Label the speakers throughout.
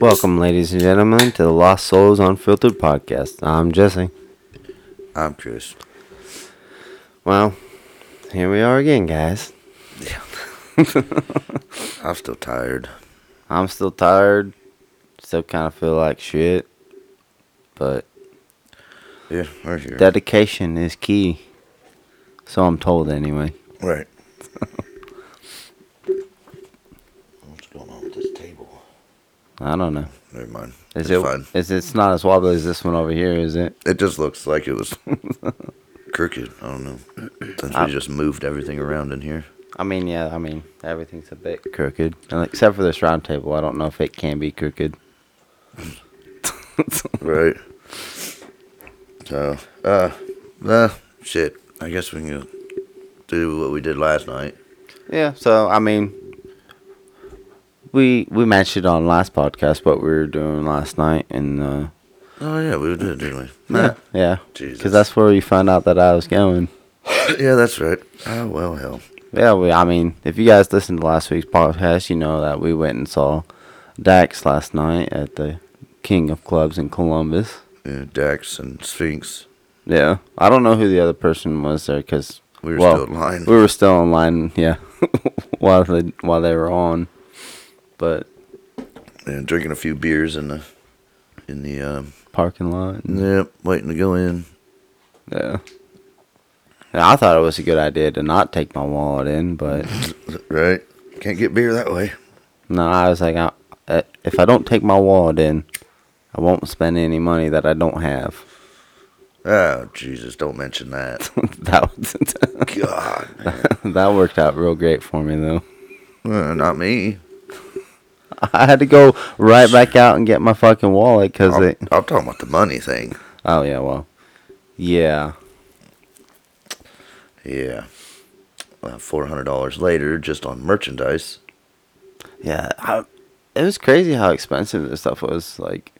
Speaker 1: Welcome, ladies and gentlemen, to the Lost Souls Unfiltered podcast. I'm Jesse.
Speaker 2: I'm Chris.
Speaker 1: Well, here we are again, guys.
Speaker 2: Yeah. I'm still tired.
Speaker 1: I'm still tired. Still kind of feel like shit. But
Speaker 2: Yeah, we're here.
Speaker 1: dedication is key. So I'm told, anyway.
Speaker 2: right. What's going on with this table?
Speaker 1: I don't know.
Speaker 2: Never mind.
Speaker 1: Is
Speaker 2: it's
Speaker 1: it?
Speaker 2: fine.
Speaker 1: Is it's not as wobbly as this one over here, is it?
Speaker 2: It just looks like it was crooked. I don't know. Since
Speaker 1: Uh,
Speaker 2: we just moved everything around in here.
Speaker 1: I mean, yeah. I mean, everything's a bit crooked, and except for this round table. I don't know if it can be crooked.
Speaker 2: Right. So, uh, uh, shit. I guess we can do what we did last night.
Speaker 1: Yeah, so I mean, we we mentioned on last podcast what we were doing last night, and uh,
Speaker 2: Oh, yeah, we did, didn't we?
Speaker 1: yeah,
Speaker 2: Jesus.
Speaker 1: because that's where you found out that I was going.
Speaker 2: yeah, that's right. Oh, well, hell.
Speaker 1: Yeah, we, I mean, if you guys listened to last week's podcast, you know that we went and saw Dax last night at the King of Clubs in Columbus.
Speaker 2: Yeah, Dax and Sphinx.
Speaker 1: Yeah, I don't know who the other person was there because
Speaker 2: We were still in line.
Speaker 1: We were still in line, yeah, while they while they were on, but
Speaker 2: and drinking a few beers in the in the um
Speaker 1: parking lot. and-
Speaker 2: yep, waiting to go in.
Speaker 1: Yeah. And I thought it was a good idea to not take my wallet in, but
Speaker 2: Right? Can't get beer that way.
Speaker 1: no, I was like, I, uh, if I don't take my wallet in, I won't spend any money that I don't have.
Speaker 2: Oh Jesus, don't mention that.
Speaker 1: that was,
Speaker 2: God.
Speaker 1: that worked out real great for me though.
Speaker 2: Uh, not me.
Speaker 1: I had to go right back out and get my fucking wallet because
Speaker 2: I'm,
Speaker 1: they.
Speaker 2: I'm talking about the money thing.
Speaker 1: Oh yeah, well, yeah,
Speaker 2: Yeah. Uh, four hundred dollars later just on merchandise.
Speaker 1: yeah. I, it was crazy how expensive this stuff was. Like,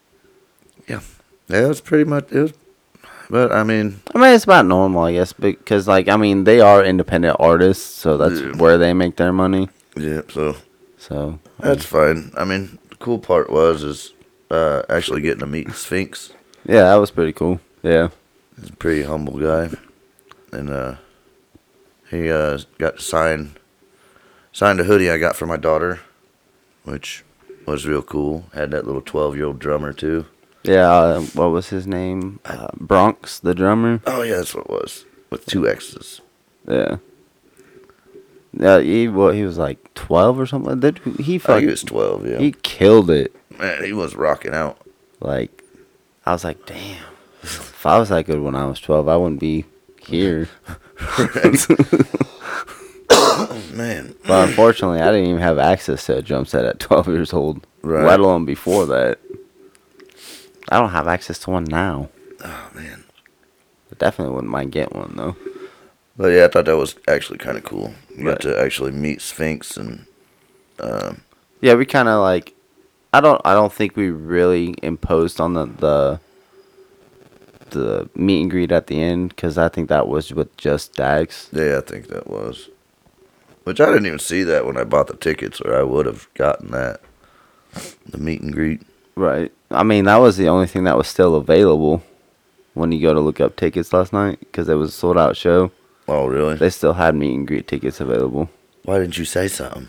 Speaker 2: Yeah. Yeah, it was pretty much it was but I mean
Speaker 1: I mean, it's about normal, I guess, because like, I mean, they are independent artists, so that's
Speaker 2: Yeah.
Speaker 1: where they make their money.
Speaker 2: yeah, so
Speaker 1: So
Speaker 2: that's fine. I mean the cool part was is uh actually getting to meet Sphinx.
Speaker 1: yeah, that was pretty cool. Yeah,
Speaker 2: He's a pretty humble guy, and uh, he uh, got to sign signed a hoodie I got for my daughter, which was real cool. Had that little twelve year old drummer too.
Speaker 1: yeah. Uh, what was his name? Uh, Bronx, the drummer.
Speaker 2: Oh yeah, that's what it was with two X's.
Speaker 1: Yeah. Yeah, he well, he was like twelve or something. That he
Speaker 2: I think
Speaker 1: fucking
Speaker 2: Oh, he was twelve. Yeah,
Speaker 1: he killed it.
Speaker 2: man, he was rocking out.
Speaker 1: Like, I was like, damn. If I was that good when I was twelve, I wouldn't be here.
Speaker 2: man,
Speaker 1: But unfortunately, I didn't even have access to a drum set at 12 years old,
Speaker 2: Right.
Speaker 1: let alone before that. I don't have access to one now.
Speaker 2: oh man.
Speaker 1: I definitely wouldn't mind getting one, though.
Speaker 2: But yeah, I thought that was actually kind of cool. You
Speaker 1: Right.
Speaker 2: got to actually meet Sphinx and um,
Speaker 1: Yeah, we kind of like. I don't. I don't think we really imposed on the the the meet and greet at the end because I think that was with just Dax.
Speaker 2: Yeah, I think that was. Which I didn't even see that when I bought the tickets, or I would have gotten that. The meet and greet.
Speaker 1: Right. I mean, that was the only thing that was still available when you go to look up tickets last night because it was a sold out show.
Speaker 2: Oh, really?
Speaker 1: They still had meet and greet tickets available.
Speaker 2: Why didn't you say something?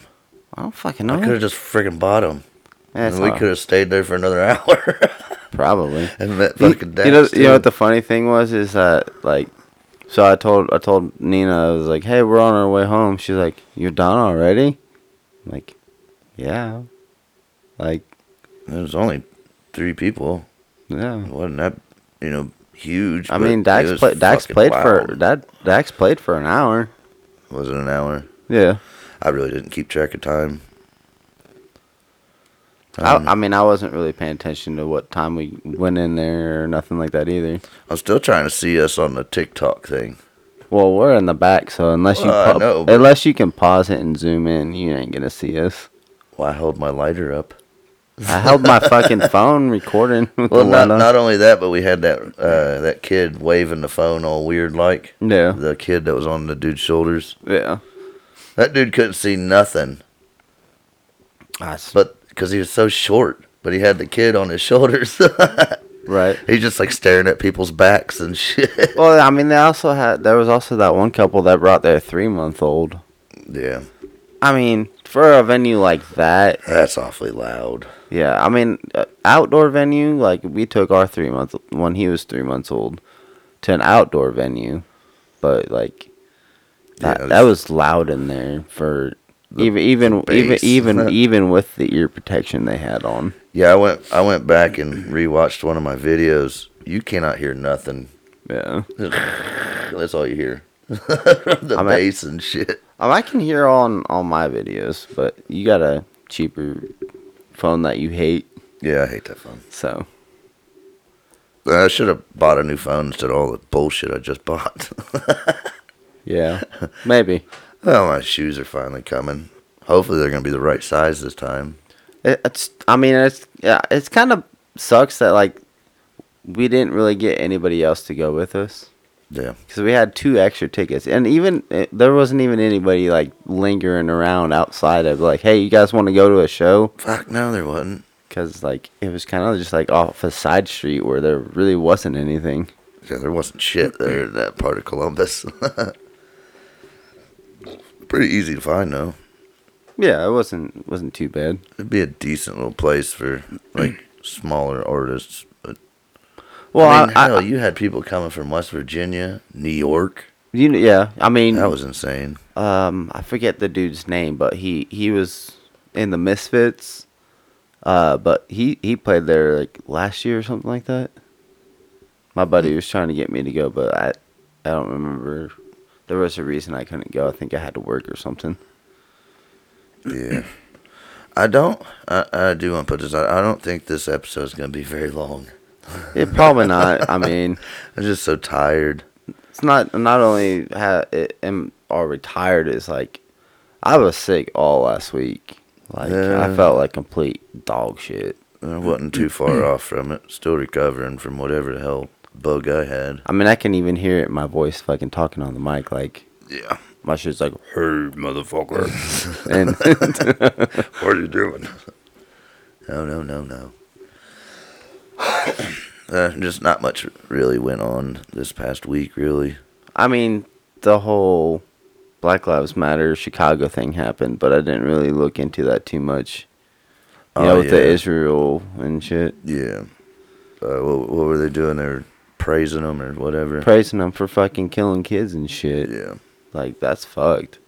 Speaker 1: I don't fucking
Speaker 2: I
Speaker 1: know.
Speaker 2: could have just friggin' bought them.
Speaker 1: Yeah, it's
Speaker 2: and we
Speaker 1: not-
Speaker 2: could have stayed there for another hour
Speaker 1: probably.
Speaker 2: and met
Speaker 1: You,
Speaker 2: fucking
Speaker 1: you know,
Speaker 2: Dax.
Speaker 1: you know what the funny thing was is that like, so I told I told Nina I was like, hey, we're on our way home. She's like, you're done already? I'm like, yeah, like
Speaker 2: dude. There was only three people.
Speaker 1: yeah.
Speaker 2: It wasn't that, you know, huge.
Speaker 1: I
Speaker 2: but
Speaker 1: mean,
Speaker 2: it
Speaker 1: Dax
Speaker 2: was
Speaker 1: played Dax
Speaker 2: fucking
Speaker 1: played for
Speaker 2: wild.
Speaker 1: that Dax played for an hour.
Speaker 2: Was it an hour?
Speaker 1: Yeah,
Speaker 2: I really didn't keep track of time.
Speaker 1: I, I mean, I wasn't really paying attention to what time we went in there or nothing like that either.
Speaker 2: I'm still trying to see us on the TikTok thing.
Speaker 1: Well, we're in the back, so unless you
Speaker 2: Well, I
Speaker 1: pa-
Speaker 2: know, but-
Speaker 1: unless you can pause it and zoom in, you ain't gonna see us.
Speaker 2: Well, I held my lighter up.
Speaker 1: I held my fucking phone recording. With
Speaker 2: Well,
Speaker 1: the
Speaker 2: not,
Speaker 1: light on.
Speaker 2: not only that, but we had that uh, that kid waving the phone all weird like.
Speaker 1: Yeah.
Speaker 2: The kid that was on the dude's shoulders.
Speaker 1: yeah.
Speaker 2: That dude couldn't see nothing,
Speaker 1: That's,
Speaker 2: but because he was so short. but he had the kid on his shoulders.
Speaker 1: right?
Speaker 2: He's just like staring at people's backs and shit.
Speaker 1: Well, I mean, they also had there was also that one couple that brought their three month old.
Speaker 2: yeah,
Speaker 1: I mean, for a venue like that,
Speaker 2: that's awfully loud.
Speaker 1: yeah. I mean, uh, outdoor venue like we took our three month when he was three months old to an outdoor venue, but like that
Speaker 2: Yeah,
Speaker 1: that was loud in there for even even
Speaker 2: the
Speaker 1: even
Speaker 2: bass.
Speaker 1: even even with the ear protection they had on.
Speaker 2: Yeah, I went I went back and rewatched one of my videos. You cannot hear nothing.
Speaker 1: Yeah,
Speaker 2: That's all you hear. the
Speaker 1: I'm at-
Speaker 2: bass and shit.
Speaker 1: um, I can hear on on my videos, but you got a cheaper phone that you hate,
Speaker 2: Yeah, I hate that phone.
Speaker 1: so.
Speaker 2: I should have bought a new phone instead of all the bullshit I just bought.
Speaker 1: Yeah, maybe.
Speaker 2: well, my shoes are finally coming. Hopefully, they're gonna be the right size this time.
Speaker 1: It, it's. I mean, it's. Yeah, it's kind of sucks that like we didn't really get anybody else to go with us
Speaker 2: Yeah,
Speaker 1: because we had two extra tickets, and even eh, there wasn't even anybody like lingering around outside of like, hey, you guys want to go to a show?
Speaker 2: fuck no, there wasn't.
Speaker 1: Because like it was kind of just like off a side street where there really wasn't anything.
Speaker 2: Yeah, there wasn't shit there in that part of Columbus. Pretty easy to find though.
Speaker 1: Yeah, it wasn't wasn't too bad.
Speaker 2: It'd be a decent little place for like smaller artists. But
Speaker 1: Well,
Speaker 2: I mean,
Speaker 1: I,
Speaker 2: hell,
Speaker 1: I,
Speaker 2: you had people coming from West Virginia, New York.
Speaker 1: you know, yeah, I mean,
Speaker 2: That was insane.
Speaker 1: um I forget the dude's name, but he he was in the Misfits. Uh but he he played there like last year or something like that. My buddy
Speaker 2: Hmm.
Speaker 1: was trying to get me to go, but I I don't remember. There was a reason I couldn't go. I think I had to work or something.
Speaker 2: Yeah. I don't. I, I do want to put this out. I don't think this episode is going to be very long.
Speaker 1: It probably not. I mean,
Speaker 2: I'm just so tired.
Speaker 1: it's not not only ha it am are retired is like I was sick all last week. Like I
Speaker 2: Yeah.
Speaker 1: felt like complete dog shit.
Speaker 2: I wasn't too far off from it. Still recovering from whatever the hell bug I had.
Speaker 1: I mean, I can even hear it in my voice fucking talking on the mic like
Speaker 2: Yeah.
Speaker 1: My shit's like,
Speaker 2: Hey, motherfucker.
Speaker 1: and
Speaker 2: What are you doing? No, no, no, no. uh, just not much really went on this past week, really.
Speaker 1: I mean, the whole Black Lives Matter Chicago thing happened, but I didn't really look into that too much. You
Speaker 2: Oh,
Speaker 1: know, with the
Speaker 2: yeah.
Speaker 1: Israel and shit,
Speaker 2: Yeah. Uh, what, what were they doing? They were praising them or whatever.
Speaker 1: praising them for fucking killing kids and shit.
Speaker 2: yeah.
Speaker 1: Like that's fucked.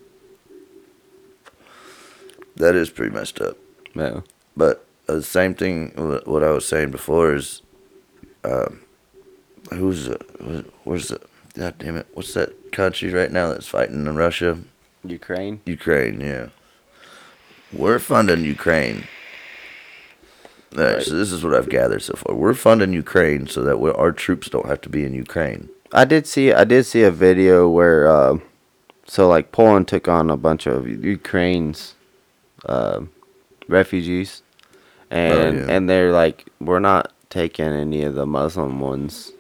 Speaker 2: That is pretty messed up.
Speaker 1: No.
Speaker 2: But uh, the same thing, wh- what I was saying before is, um, who's the, wh- where's the, god damn it, what's that country right now that's fighting in Russia?
Speaker 1: Ukraine.
Speaker 2: Ukraine, yeah. We're funding Ukraine. All right, so this is what I've gathered so far. We're funding Ukraine so that we our troops don't have to be in Ukraine.
Speaker 1: I did see. I did see a video where, uh, so like Poland took on a bunch of Ukraine's uh, refugees, and
Speaker 2: yeah.
Speaker 1: and they're like, we're not taking any of the Muslim ones,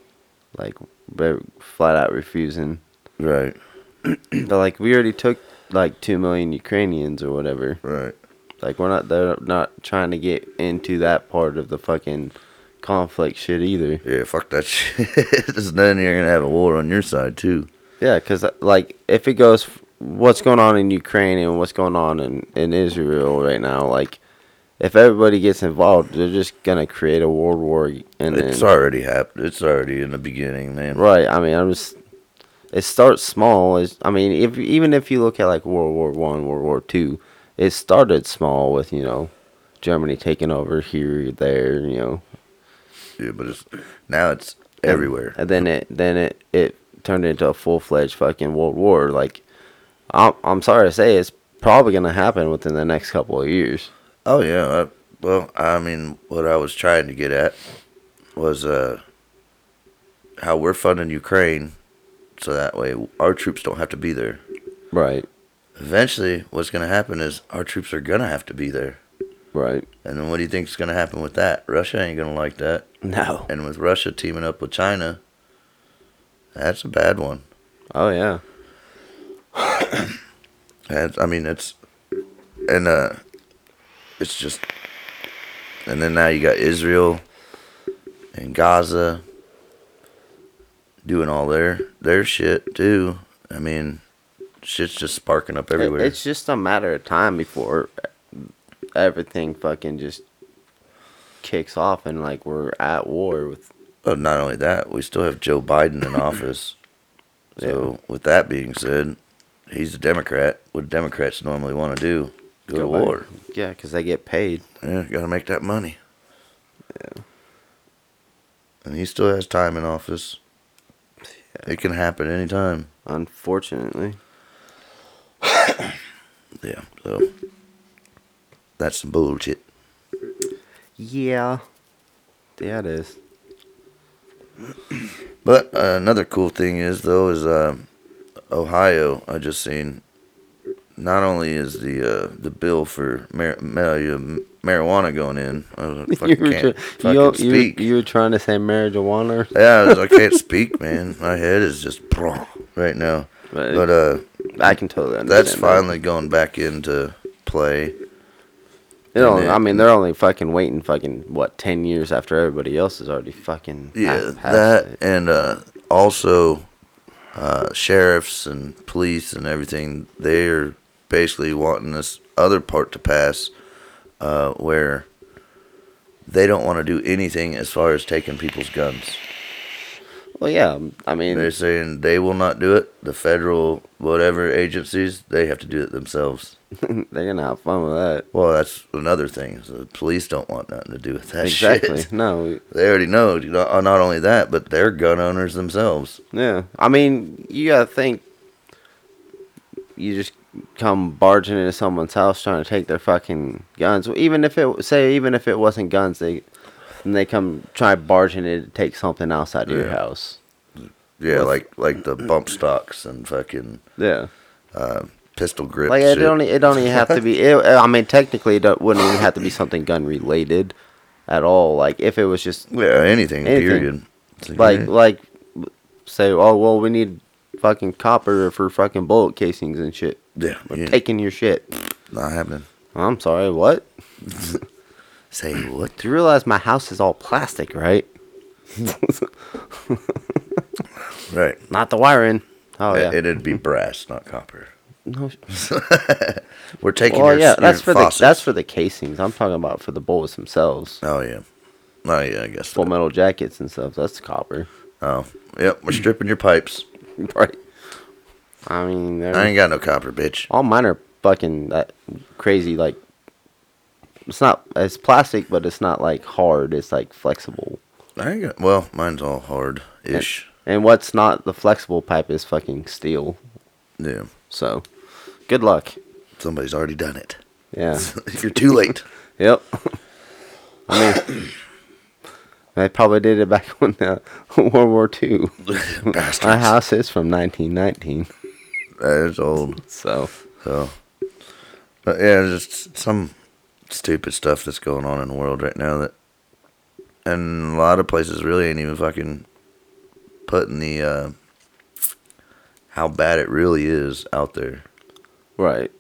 Speaker 1: like they're flat out refusing.
Speaker 2: Right,
Speaker 1: They're like, we already took like two million Ukrainians or whatever.
Speaker 2: right.
Speaker 1: Like we're not they're not trying to get into that part of the fucking conflict shit either.
Speaker 2: Yeah, fuck that shit. 'Cause then you're gonna have a war on your side too.
Speaker 1: Yeah, because like if it goes, f- what's going on in Ukraine and what's going on in in Israel right now, like if everybody gets involved, they're just gonna create a world war. And then,
Speaker 2: It's already happened. It's already in the beginning, man.
Speaker 1: right, I mean, I'm just. It starts small. Is I mean, if even if you look at like World War One, World War Two, it started small with you know Germany taking over here, there, you know,
Speaker 2: Yeah, but it's now it's
Speaker 1: And-
Speaker 2: everywhere.
Speaker 1: And then it then it it turned into a full fledged fucking world war. Like, I'm I'm sorry to say, it's probably gonna happen within the next couple of years.
Speaker 2: Oh yeah. I, well, I mean, what I was trying to get at was uh, how we're funding Ukraine, so that way our troops don't have to be there.
Speaker 1: Right.
Speaker 2: Eventually, what's going to happen is our troops are going to have to be there.
Speaker 1: Right.
Speaker 2: And then what do you think's going to happen with that? Russia ain't going to like that.
Speaker 1: No.
Speaker 2: And with Russia teaming up with China, that's a bad one.
Speaker 1: Oh yeah.
Speaker 2: That's, I mean, it's and uh, it's just and then now you got Israel and Gaza doing all their their shit too. I mean, shit's just sparking up everywhere.
Speaker 1: It's just a matter of time before everything fucking just kicks off and like we're at war with
Speaker 2: But not only that, we still have Joe Biden in office. So, with that being said, he's a Democrat. What Democrats normally want to do go, to
Speaker 1: back.
Speaker 2: war.
Speaker 1: Yeah, because they get paid.
Speaker 2: Yeah, got to make that money. And he still has time in office. It can happen anytime.
Speaker 1: Unfortunately,
Speaker 2: Yeah. So that's some bullshit.
Speaker 1: yeah, yeah, it is.
Speaker 2: But uh, another cool thing is though is uh, Ohio. I just seen. Not only is the uh, the bill for mar- mar- marijuana going in, I fucking
Speaker 1: were
Speaker 2: can't
Speaker 1: tr-
Speaker 2: fucking
Speaker 1: you, you-
Speaker 2: speak.
Speaker 1: you were trying to say marijuana.
Speaker 2: yeah, I, was, I can't speak, man. My head is just right now.
Speaker 1: Right.
Speaker 2: But uh,
Speaker 1: I can totally understand.
Speaker 2: that's
Speaker 1: that.
Speaker 2: finally going back into play.
Speaker 1: They don't-
Speaker 2: and
Speaker 1: I
Speaker 2: it-
Speaker 1: mean, they're only fucking waiting fucking what ten years after everybody else is already fucking pa-
Speaker 2: Yeah,
Speaker 1: passed
Speaker 2: Uh, that
Speaker 1: it.
Speaker 2: and uh, also uh, sheriffs and police and everything. They're basically wanting this other part to pass uh, where they don't want to do anything as far as taking people's guns.
Speaker 1: Well, yeah, I mean,
Speaker 2: They're saying they will not do it. The federal whatever agencies they have to do it themselves.
Speaker 1: they're gonna have fun with that.
Speaker 2: Well, that's another thing. is The police don't want nothing to do with that
Speaker 1: Exactly.
Speaker 2: shit.
Speaker 1: No.
Speaker 2: They already know. Not not only that, but they're gun owners themselves.
Speaker 1: Yeah. I mean, you gotta think. You just come barging into someone's house trying to take their fucking guns. Even if it say, even if it wasn't guns, they and they come try barging in to take something else out of your
Speaker 2: Yeah.
Speaker 1: house.
Speaker 2: Yeah, like like the bump stocks and fucking uh,
Speaker 1: Yeah.
Speaker 2: pistol grip.
Speaker 1: Like it
Speaker 2: shit.
Speaker 1: don't e-, it don't even have to be. It, I mean, technically, it don't- wouldn't even have to be something gun related at all. Like if it was just
Speaker 2: yeah, anything,
Speaker 1: Anything.
Speaker 2: period. It's
Speaker 1: like
Speaker 2: eh,
Speaker 1: like say, oh well, we need fucking copper for fucking bullet casings and shit.
Speaker 2: yeah,
Speaker 1: We're
Speaker 2: yeah,
Speaker 1: taking your shit.
Speaker 2: not happening.
Speaker 1: I'm sorry, what?
Speaker 2: Say what?
Speaker 1: Do you realize my house is all plastic, right?
Speaker 2: Right.
Speaker 1: Not the wiring. Oh yeah.
Speaker 2: It, would be brass, not copper.
Speaker 1: no,
Speaker 2: We're taking
Speaker 1: well,
Speaker 2: your,
Speaker 1: yeah,
Speaker 2: your
Speaker 1: that's for
Speaker 2: faucets.
Speaker 1: the that's for the casings. I'm talking about for the bullets themselves.
Speaker 2: oh yeah, oh yeah. I guess.
Speaker 1: Full
Speaker 2: so.
Speaker 1: metal jackets and stuff. That's copper.
Speaker 2: Oh yep. We're stripping your pipes.
Speaker 1: Right. I mean, they're-
Speaker 2: I ain't got no copper, bitch.
Speaker 1: all mine are fucking that crazy. Like, it's not it's plastic, but it's not like hard. It's like flexible.
Speaker 2: I ain't got. Well, mine's all hard ish.
Speaker 1: And what's not the flexible pipe is fucking steel.
Speaker 2: Yeah.
Speaker 1: So, good luck.
Speaker 2: Somebody's already done it.
Speaker 1: Yeah.
Speaker 2: You're too late.
Speaker 1: Yep. I mean, they probably did it back when uh, World War II.
Speaker 2: Bastards.
Speaker 1: My house is from 1919,
Speaker 2: That's old.
Speaker 1: so
Speaker 2: So, but yeah, there's just some stupid stuff that's going on in the world right now that, and a lot of places really ain't even fucking putting the uh, how bad it really is out there.
Speaker 1: right.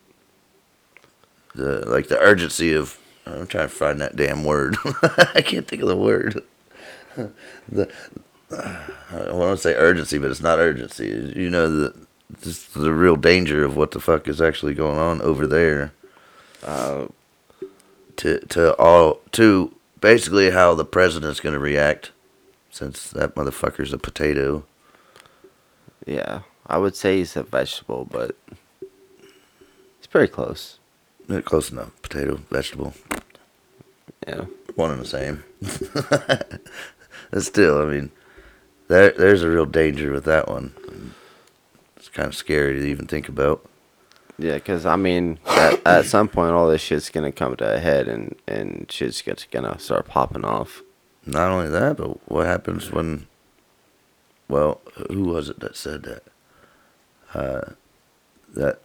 Speaker 2: The like the urgency of I'm trying to find that damn word. I can't think of the word. the I want to say urgency, but it's not urgency. You know the just the real danger of what the fuck is actually going on over there.
Speaker 1: Uh,
Speaker 2: to to all to basically how the president's going to react since that motherfucker's a potato.
Speaker 1: yeah, I would say he's a vegetable, but it's pretty close.
Speaker 2: Eh, Close enough. Potato, vegetable,
Speaker 1: Yeah,
Speaker 2: one and the same. But still, I mean, there there's a real danger with that one. It's kind of scary to even think about.
Speaker 1: yeah. Because I mean, at, at some point, all this shit's gonna come to a head, and and shit's just gonna start popping off.
Speaker 2: Not only that, but what happens when? Well, who was it that said that? Uh, that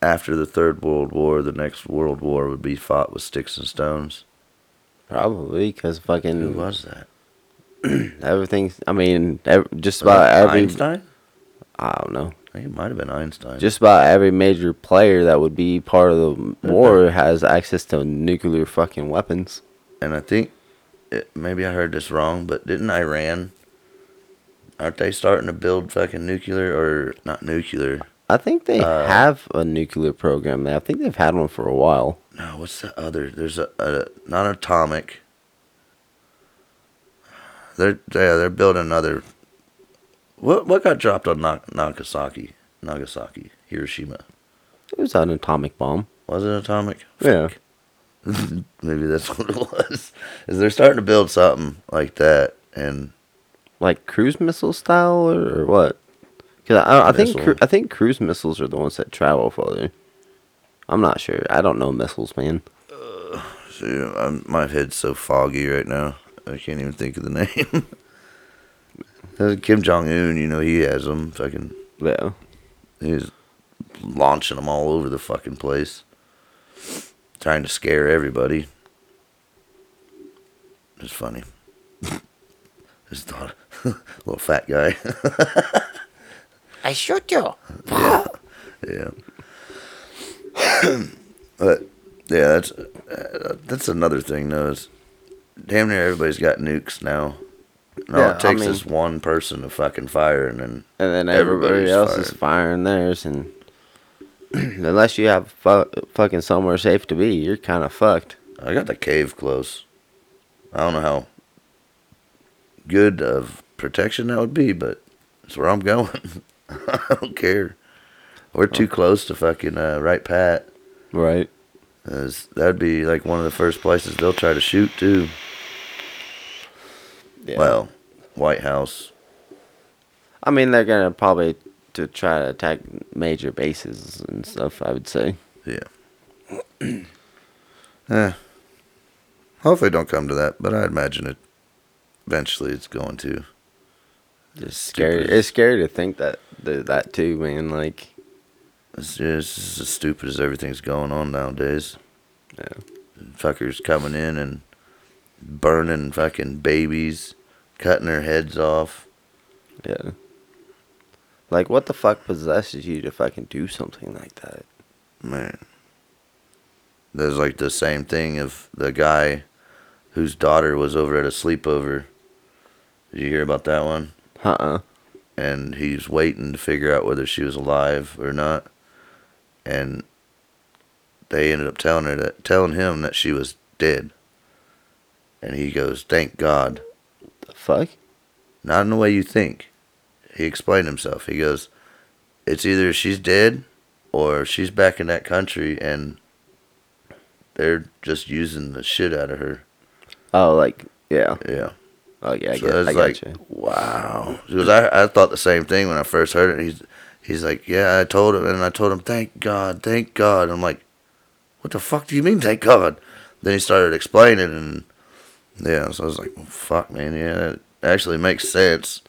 Speaker 2: after the Third World War, the next World War would be fought with sticks and stones.
Speaker 1: Probably because
Speaker 2: Who
Speaker 1: fucking
Speaker 2: was that?
Speaker 1: everything's. I mean, ev- just
Speaker 2: Was
Speaker 1: about
Speaker 2: it
Speaker 1: every.
Speaker 2: Einstein.
Speaker 1: I don't know.
Speaker 2: I think it might have been Einstein.
Speaker 1: Just about every major player that would be part of the war has access to nuclear fucking weapons.
Speaker 2: and I think it, maybe I heard this wrong, but didn't Iran? Aren't they starting to build fucking nuclear or not nuclear?
Speaker 1: I think they
Speaker 2: Uh,
Speaker 1: have a nuclear program. I think they've had one for a while.
Speaker 2: No, what's the other? There's a, a non atomic. They're yeah, they're building another. What what got dropped on Na- Nagasaki? Nagasaki, Hiroshima.
Speaker 1: It was an atomic bomb.
Speaker 2: Was it atomic?
Speaker 1: Yeah.
Speaker 2: Maybe that's what it was. Is they're starting to build something like that, and
Speaker 1: Like cruise missile style or, or what? Because I, I think cru-
Speaker 2: Missile.
Speaker 1: I think cruise missiles are the ones that travel further. I'm not sure. I don't know missiles, man.
Speaker 2: so I'm, my head's so foggy right now. I can't even think of the name. Uh, Kim Jong Un, you know he has them. Fucking,
Speaker 1: Yeah.
Speaker 2: he's launching them all over the fucking place, trying to scare everybody. It's funny. Just thought, little fat guy.
Speaker 3: I shoot you.
Speaker 2: Yeah. but yeah, that's uh, that's another thing though. Is damn near everybody's got nukes now. And all
Speaker 1: Yeah, I
Speaker 2: it takes
Speaker 1: mean-
Speaker 2: is one person to fucking fire, and then
Speaker 1: And then everybody
Speaker 2: Everybody's
Speaker 1: else is firing theirs, and unless you have fu- fucking somewhere safe to be, you're kind of fucked.
Speaker 2: I got the cave close. I don't know how good of protection that would be, but it's where I'm going. I don't care. We're too close to fucking uh, right pat.
Speaker 1: Right.
Speaker 2: As that'd be like one of the first places they'll try to shoot too.
Speaker 1: Yeah.
Speaker 2: Well, White House.
Speaker 1: I mean, they're gonna probably to try to attack major bases and stuff. I would say.
Speaker 2: Yeah. eh. Hopefully, it don't come to that, but I imagine it. Eventually, it's going to.
Speaker 1: Just scary.
Speaker 2: Stupid.
Speaker 1: It's scary to think that that that too, man. Like,
Speaker 2: It's just it's as stupid as everything's going on nowadays.
Speaker 1: yeah.
Speaker 2: Fuckers coming in and burning fucking babies, cutting their heads off.
Speaker 1: Yeah. Like, what the fuck possesses you to fucking do something like that?
Speaker 2: Man. There's like the same thing of the guy whose daughter was over at a sleepover. Did you hear about that one?
Speaker 1: Uh uh
Speaker 2: And he's waiting to figure out whether she was alive or not. And they ended up telling her that telling him that she was dead. And he goes, Thank God.
Speaker 1: The fuck?
Speaker 2: Not in the way you think. He explained himself. He goes, It's either she's dead or she's back in that country and they're just using the shit out of her.
Speaker 1: Oh, like, yeah.
Speaker 2: Yeah.
Speaker 1: Oh, yeah, I
Speaker 2: So
Speaker 1: get, I
Speaker 2: it's
Speaker 1: get
Speaker 2: like,
Speaker 1: you.
Speaker 2: wow. Because I, I thought the same thing when I first heard it. He's, he's like, yeah, I told him. And I told him, thank God, thank God. I'm like, what the fuck do you mean, thank God? Then he started explaining. And yeah, so I was like, well, fuck, man. Yeah, that actually makes sense.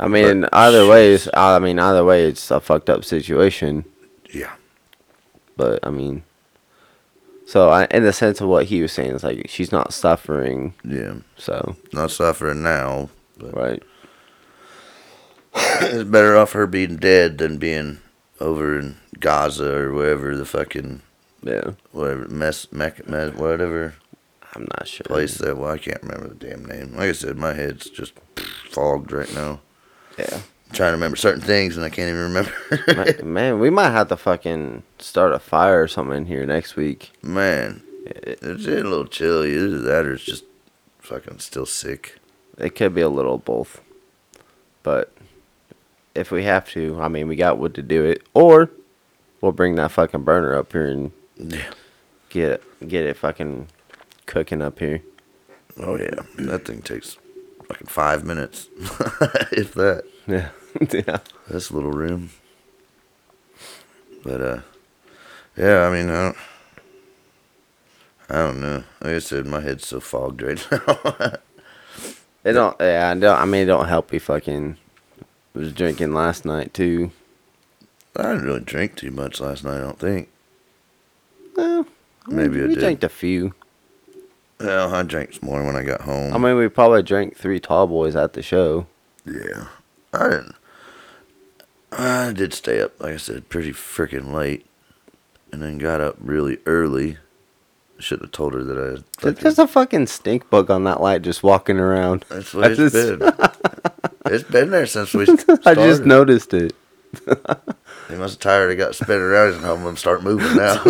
Speaker 1: I mean,
Speaker 2: but
Speaker 1: either way, it's, I mean, either way, it's a fucked up situation.
Speaker 2: Yeah.
Speaker 1: But I mean, so I, in the sense of what he was saying, it's like she's not suffering.
Speaker 2: Yeah.
Speaker 1: So
Speaker 2: not suffering now, but
Speaker 1: right.
Speaker 2: it's better off her being dead than being over in Gaza or wherever the fucking
Speaker 1: Yeah.
Speaker 2: whatever mess mech, mess whatever
Speaker 1: I'm not sure.
Speaker 2: place that. Well, I can't remember the damn name. Like I said, my head's just fogged right now.
Speaker 1: Yeah.
Speaker 2: I'm trying to remember certain things and I can't even remember.
Speaker 1: Ma- Man, we might have to fucking start a fire or something in here next week.
Speaker 2: Man,
Speaker 1: It,
Speaker 2: it's getting a little chilly. Either that or it's just fucking still sick.
Speaker 1: it could be a little of both. But if we have to, I mean, we got wood to do it. Or we'll bring that fucking burner up here and
Speaker 2: Yeah.
Speaker 1: get get it fucking cooking up here.
Speaker 2: Oh yeah, that thing takes fucking five minutes, if that.
Speaker 1: Yeah. yeah.
Speaker 2: this little room. But uh, yeah, I mean, I don't, I don't know. Like I said, my head's so fogged right now.
Speaker 1: It don't. Yeah, I don't. I mean, it don't help. We fucking was drinking last night too.
Speaker 2: I didn't really drink too much last night. I don't think.
Speaker 1: Well,
Speaker 2: Maybe
Speaker 1: we,
Speaker 2: I
Speaker 1: we
Speaker 2: did.
Speaker 1: drank a few.
Speaker 2: Well, I drank more when I got home.
Speaker 1: I mean, we probably drank three tall boys at the show.
Speaker 2: yeah, I didn't. I did stay up, like I said, pretty freaking late, and then got up really early. Shouldn't have told her that I.
Speaker 1: Dude,
Speaker 2: fucking-
Speaker 1: There's a fucking stink bug on that light just walking around.
Speaker 2: That's what
Speaker 1: I
Speaker 2: it's
Speaker 1: just,
Speaker 2: been. it's been there since we started.
Speaker 1: I just noticed it.
Speaker 2: He must have tired. He got spin around. He's helping them start moving now.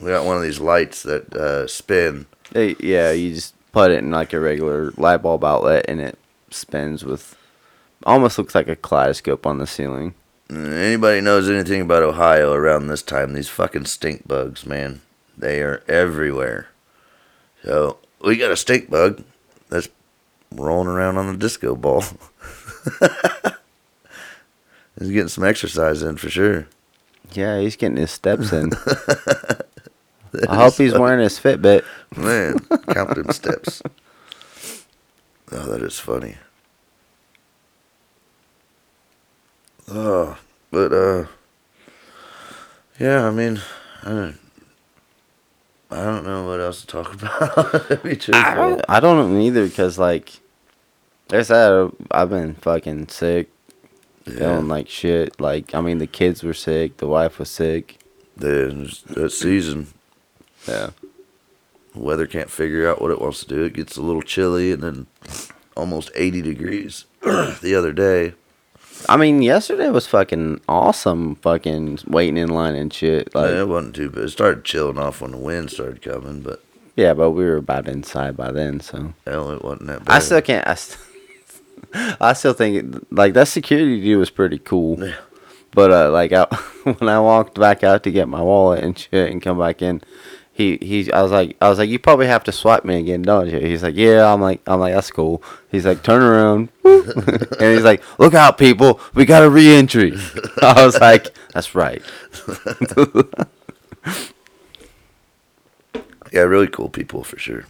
Speaker 2: we got one of these lights that uh, spin.
Speaker 1: Hey, yeah, you just put it in like a regular light bulb outlet and it spins with almost looks like a kaleidoscope on the ceiling.
Speaker 2: Anybody knows anything about Ohio around this time? These fucking stink bugs, man. They are everywhere. So we got a stink bug that's rolling around on the disco ball. He's getting some exercise in for sure.
Speaker 1: Yeah, he's getting his steps in. I hope he's wearing his Fitbit.
Speaker 2: Man, count them steps. Oh, that is funny. Oh, but uh, yeah. I mean, I don't, I don't know what else to talk about. to be
Speaker 1: I
Speaker 2: truthful.
Speaker 1: don't, I don't know either because like, like I said, I've been fucking sick,
Speaker 2: Yeah,
Speaker 1: feeling like shit. Like, I mean, the kids were sick, the wife was sick.
Speaker 2: the, that season,
Speaker 1: Yeah,
Speaker 2: the weather can't figure out what it wants to do. It gets a little chilly, and then almost eighty degrees the other day.
Speaker 1: I mean, yesterday was fucking awesome. Fucking waiting in line and shit. Like,
Speaker 2: it wasn't too bad. It started chilling off when the wind started coming, but
Speaker 1: yeah, but we were about inside by then, so.
Speaker 2: hell, it wasn't that bad.
Speaker 1: I still can't. I, st- I still think it- like that security dude was pretty cool.
Speaker 2: Yeah.
Speaker 1: But uh, like I, when I walked back out to get my wallet and shit and come back in, he he I was like I was like you probably have to swipe me again, don't you? He's like yeah. I'm like I'm like that's cool. He's like turn around, and he's like look out people, we got a reentry. I was like that's right.
Speaker 2: Yeah, really cool people for sure.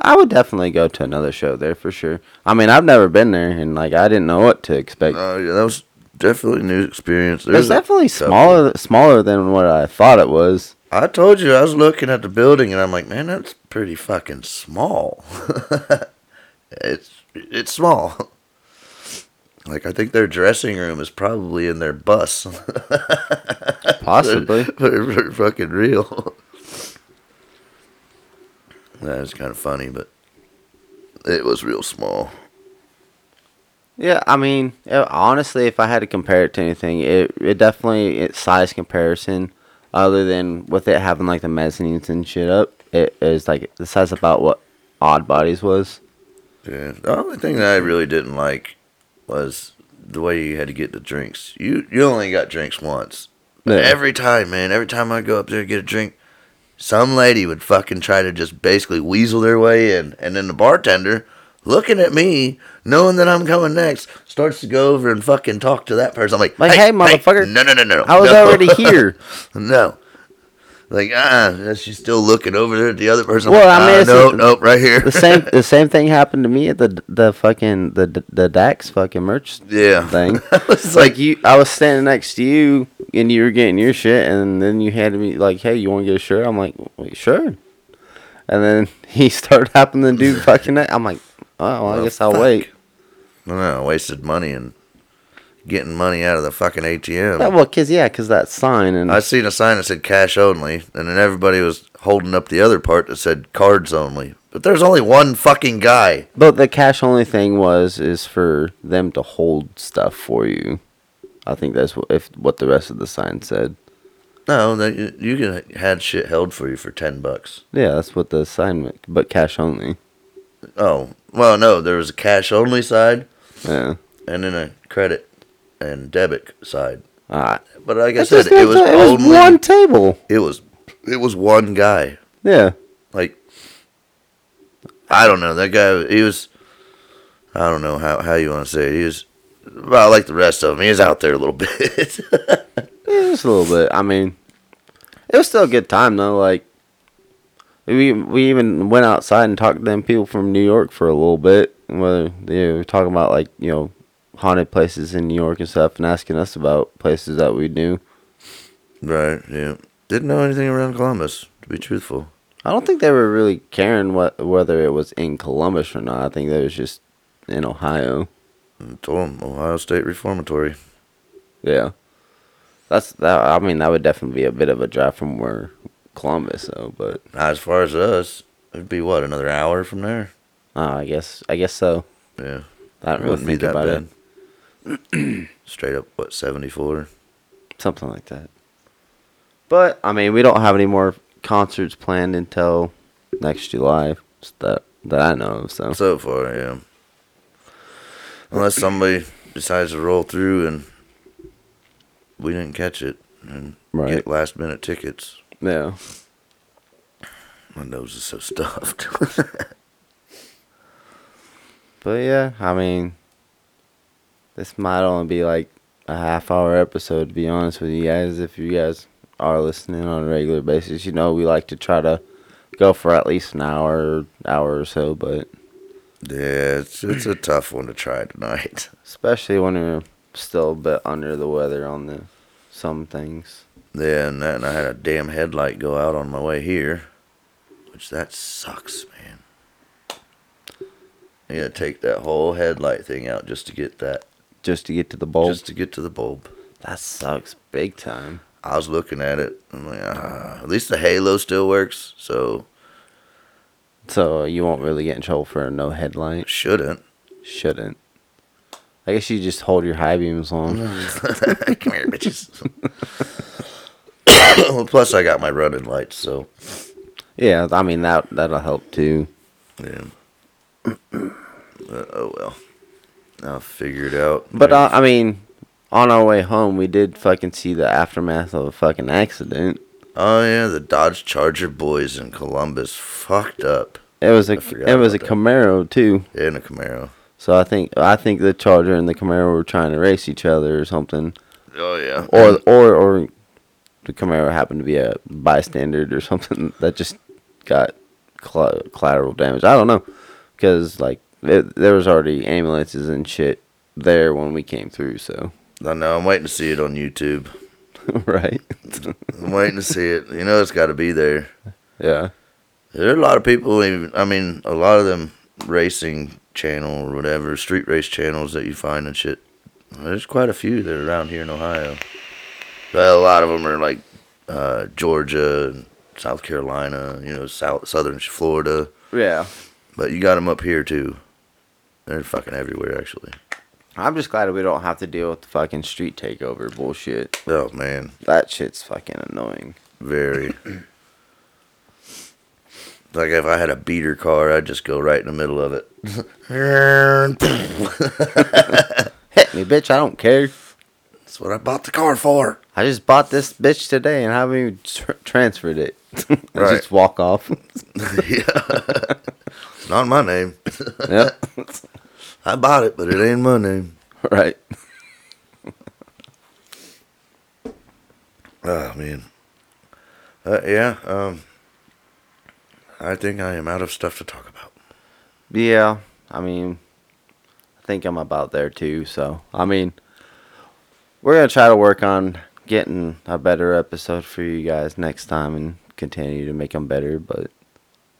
Speaker 1: I would definitely go to another show there for sure. I mean I've never been there and like I didn't know what to expect.
Speaker 2: Uh, yeah, that was definitely a new experience.
Speaker 1: It's
Speaker 2: There's a
Speaker 1: definitely
Speaker 2: couple-
Speaker 1: smaller smaller than what I thought it was.
Speaker 2: I told you I was looking at the building and I'm like, man, that's pretty fucking small. it's it's small. Like I think their dressing room is probably in their bus.
Speaker 1: Possibly.
Speaker 2: but it's fucking real. that was kind of funny, but it was real small.
Speaker 1: yeah, I mean, eh, honestly, if I had to compare it to anything, it it definitely it's size comparison. Other than with it having like the mezzanines and shit up, it is like the size about what Odd Bodies was.
Speaker 2: Yeah. The only thing that I really didn't like was the way you had to get the drinks. You you only got drinks once.
Speaker 1: Yeah.
Speaker 2: Every time, man. Every time I go up there to get a drink, some lady would fucking try to just basically weasel their way in, and then the bartender, looking at me, knowing that I'm coming next, starts to go over and fucking talk to that person. I'm like,
Speaker 1: Like, "Hey, motherfucker,
Speaker 2: no, no, no, no.
Speaker 1: I was
Speaker 2: no."
Speaker 1: already here.
Speaker 2: no. Like, ah, uh, she's still looking over there at the other person.
Speaker 1: Well,
Speaker 2: Well,
Speaker 1: I
Speaker 2: like,
Speaker 1: mean,
Speaker 2: I
Speaker 1: it's
Speaker 2: no,
Speaker 1: a-
Speaker 2: nope, right here.
Speaker 1: The same the same thing happened to me at the the fucking the the Dax fucking merch
Speaker 2: yeah.
Speaker 1: thing.
Speaker 2: It's
Speaker 1: it's like you, I was standing next to you, and you were getting your shit, and then you handed me like, "Hey, you want to get a shirt?" I'm like, "Wait, "Sure." And then he started helping the dude fucking. That. I'm like, "Oh, well, I
Speaker 2: Well,
Speaker 1: guess I'll
Speaker 2: fuck.
Speaker 1: wait."
Speaker 2: No, no, I wasted money and getting money out of the fucking ATM.
Speaker 1: Yeah, well, cause yeah, cause that sign and
Speaker 2: I seen a sign that said cash only, and then everybody was holding up the other part that said cards only. But there's only one fucking guy.
Speaker 1: but the cash only thing was is for them to hold stuff for you. I think that's what if what the rest of the sign said.
Speaker 2: No, that you, you can had shit held for you for ten bucks.
Speaker 1: Yeah, that's what the sign, meant, but cash only.
Speaker 2: Oh, well, no, there was a cash only side
Speaker 1: Yeah,
Speaker 2: and then a credit and debit side.
Speaker 1: uh,
Speaker 2: But like Ah, I
Speaker 1: it's
Speaker 2: said,
Speaker 1: just
Speaker 2: it was
Speaker 1: like that, it was
Speaker 2: only
Speaker 1: one table.
Speaker 2: it was it was one guy.
Speaker 1: Yeah.
Speaker 2: like I don't know that guy. He was I don't know how how you want to say it. He was well like the rest of them. He was out there a little bit.
Speaker 1: Yeah, just a little bit. I mean, it was still a good time though. Like we we even went outside and talked to them people from New York for a little bit. Whether they were talking about like you know haunted places in New York and stuff, and asking us about places that we knew.
Speaker 2: right. Yeah. Didn't know anything around Columbus. To be truthful.
Speaker 1: I don't think they were really caring what whether it was in Columbus or not. I think they was just in Ohio.
Speaker 2: I told him Ohio State Reformatory.
Speaker 1: Yeah, that's that. I mean, that would definitely be a bit of a drive from where Columbus though, but
Speaker 2: Now, as far as us, it'd be what another hour from there.
Speaker 1: uh, I guess I guess so.
Speaker 2: Yeah,
Speaker 1: I don't really
Speaker 2: wouldn't be
Speaker 1: think
Speaker 2: that
Speaker 1: about
Speaker 2: bad. Straight up, what seventy four?
Speaker 1: it, something like that. But I mean, we don't have any more concerts planned until next July s- that that I know of. So
Speaker 2: So far, yeah. Unless somebody decides to roll through and we didn't catch it and
Speaker 1: Right.
Speaker 2: get last minute tickets.
Speaker 1: yeah,
Speaker 2: My nose is so stuffed.
Speaker 1: but yeah, I mean, this might only be like a half hour episode to be honest with you guys. If you guys are listening on a regular basis, you know we like to try to go for at least an hour hour or so, but
Speaker 2: yeah, it's it's a tough one to try tonight.
Speaker 1: especially when you're still a bit under the weather on the some things.
Speaker 2: Yeah, and that and I had a damn headlight go out on my way here. Which that sucks, man. You gotta take that whole headlight thing out just to get that
Speaker 1: Just to get to the bowl.
Speaker 2: just to get to the bulb.
Speaker 1: that sucks big time.
Speaker 2: I was looking at it. I'm like, ah, at least the halo still works, so
Speaker 1: So you won't really get in trouble for a no headlight.
Speaker 2: it shouldn't.
Speaker 1: Shouldn't. I guess you just hold your high beams on.
Speaker 2: Come here, bitches. Well, Plus, I got my running lights, so
Speaker 1: yeah, I mean that that'll help too.
Speaker 2: yeah. But, oh well, I'll figure it out.
Speaker 1: But uh, I mean, on our way home, we did fucking see the aftermath of a fucking accident.
Speaker 2: oh yeah, the Dodge Charger boys in Columbus fucked up
Speaker 1: It was a
Speaker 2: forgot
Speaker 1: it was a
Speaker 2: about that.
Speaker 1: Camaro too.
Speaker 2: in a Camaro.
Speaker 1: So I think I think the Charger and the Camaro were trying to race each other or something.
Speaker 2: Oh yeah,
Speaker 1: or or or the Camaro happened to be a bystander or something that just got colla- collateral damage. I don't know because like it, there was already ambulances and shit there when we came through. So
Speaker 2: I know. I'm waiting to see it on YouTube.
Speaker 1: right,
Speaker 2: I'm waiting to see it. You know, it's got to be there.
Speaker 1: yeah,
Speaker 2: There are a lot of people. Even I mean, a lot of them racing channel or whatever street race channels that you find and shit. There's quite a few that are around here in Ohio. But a lot of them are like uh, Georgia, and South Carolina, you know, South Southern Florida.
Speaker 1: yeah.
Speaker 2: But you got them up here too. They're fucking everywhere, actually.
Speaker 1: I'm just glad we don't have to deal with the fucking street takeover bullshit.
Speaker 2: Oh man,
Speaker 1: That shit's fucking annoying.
Speaker 2: very. like if I had a beater car, I'd just go right in the middle of it.
Speaker 1: Hit me, bitch. I don't care.
Speaker 2: That's what I bought the car for.
Speaker 1: I just bought this bitch today and haven't even tr- transferred it. I
Speaker 2: Right.
Speaker 1: Just walk off.
Speaker 2: yeah. it's not my name.
Speaker 1: yep.
Speaker 2: I bought it, but it ain't my name.
Speaker 1: Right.
Speaker 2: Oh man. Uh, yeah. Um. I think I am out of stuff to talk about.
Speaker 1: Yeah, I mean, I think I'm about there too. So, I mean, we're gonna try to work on getting a better episode for you guys next time and continue to make them better. But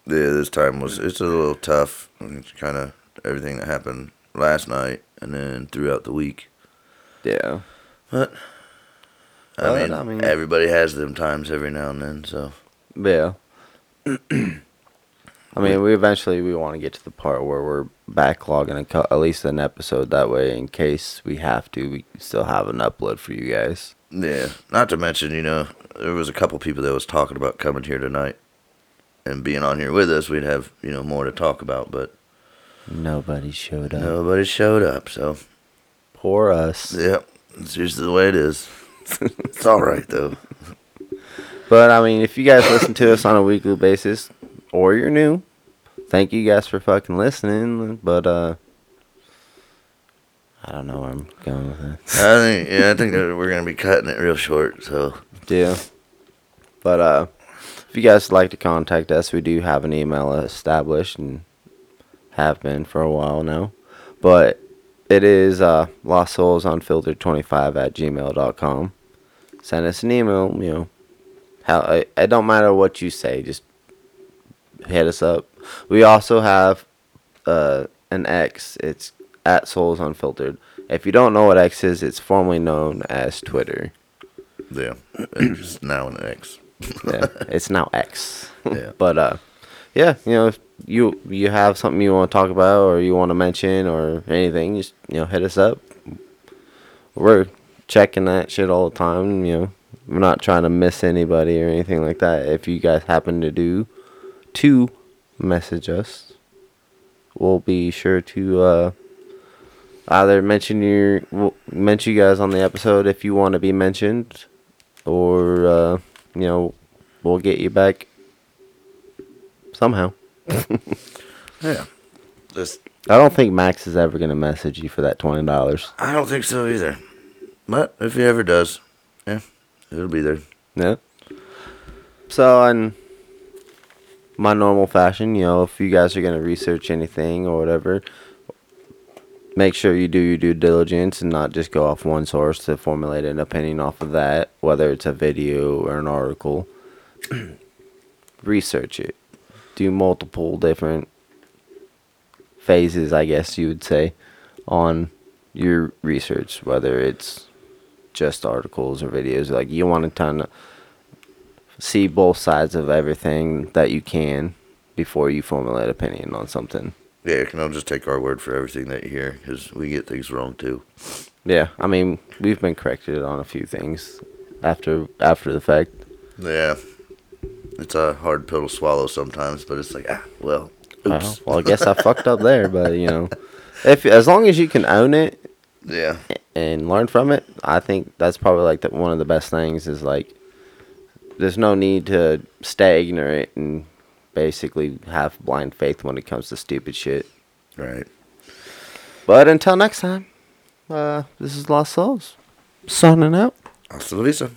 Speaker 2: Yeah, this time was it's a little tough. It's kind of everything that happened last night and then throughout the week.
Speaker 1: yeah,
Speaker 2: But I,
Speaker 1: But,
Speaker 2: mean,
Speaker 1: I mean-
Speaker 2: everybody has them times every now and then. So
Speaker 1: yeah. I mean, we eventually we want to get to the part where we're backlogging a cou- at least an episode that way, in case we have to, we still have an upload for you guys.
Speaker 2: yeah. Not to mention, you know, there was a couple people that was talking about coming here tonight and being on here with us. We'd have you know more to talk about, but
Speaker 1: Nobody showed up.
Speaker 2: Nobody showed up, so
Speaker 1: Poor us.
Speaker 2: yep, it's usually the way it is. it's all right though.
Speaker 1: But I mean, if you guys listen to us on a weekly basis, or you're new, thank you guys for fucking listening. But uh, I don't know where I'm going with this.
Speaker 2: I think yeah, I think that we're gonna be cutting it real short. So
Speaker 1: Yeah. But uh, if you guys would like to contact us, we do have an email established and have been for a while now. But it is uh, lost souls unfiltered 25 at gmail.com. Send us an email, you know. How it, it don't matter what you say, just hit us up. We also have uh, an X. It's at Souls Unfiltered. If you don't know what X is, it's formerly known as Twitter.
Speaker 2: yeah, it's now and X.
Speaker 1: yeah, it's now X.
Speaker 2: Yeah.
Speaker 1: but uh, yeah, you know, if you you have something you want to talk about or you want to mention or anything, just you know, hit us up. We're checking that shit all the time. You know, we're not trying to miss anybody or anything like that. If you guys happen to do, to message us, we'll be sure to. Uh, Either mention your we'll mention you guys on the episode if you want to be mentioned, or uh, you know, we'll get you back somehow.
Speaker 2: Yeah. This,
Speaker 1: I don't think Max is ever gonna message you for that twenty dollars.
Speaker 2: I don't think so either. But if he ever does, yeah, it'll be there.
Speaker 1: No. So in my normal fashion, you know, if you guys are gonna research anything or whatever, make sure you do your due diligence and not just go off one source to formulate an opinion off of that, whether it's a video or an article. research it. Do multiple different phases, I guess you would say, on your research, whether it's just articles or videos. Like you want to kind of see both sides of everything that you can before you formulate opinion on something.
Speaker 2: Yeah, you can all just take our word for everything that you hear because we get things wrong too.
Speaker 1: Yeah, I mean we've been corrected on a few things after after the fact.
Speaker 2: Yeah. It's a hard pill to swallow sometimes, but it's like, ah, well,
Speaker 1: Well,
Speaker 2: oops.
Speaker 1: Uh, well, I guess I fucked up there, but you know, if as long as you can own it
Speaker 2: Yeah.
Speaker 1: and learn from it, I think that's probably like the, one of the best things is like there's no need to stay ignorant and basically have blind faith when it comes to stupid shit.
Speaker 2: Right.
Speaker 1: But until next time, uh, this is Lost Souls signing out.
Speaker 2: Hasta la vista.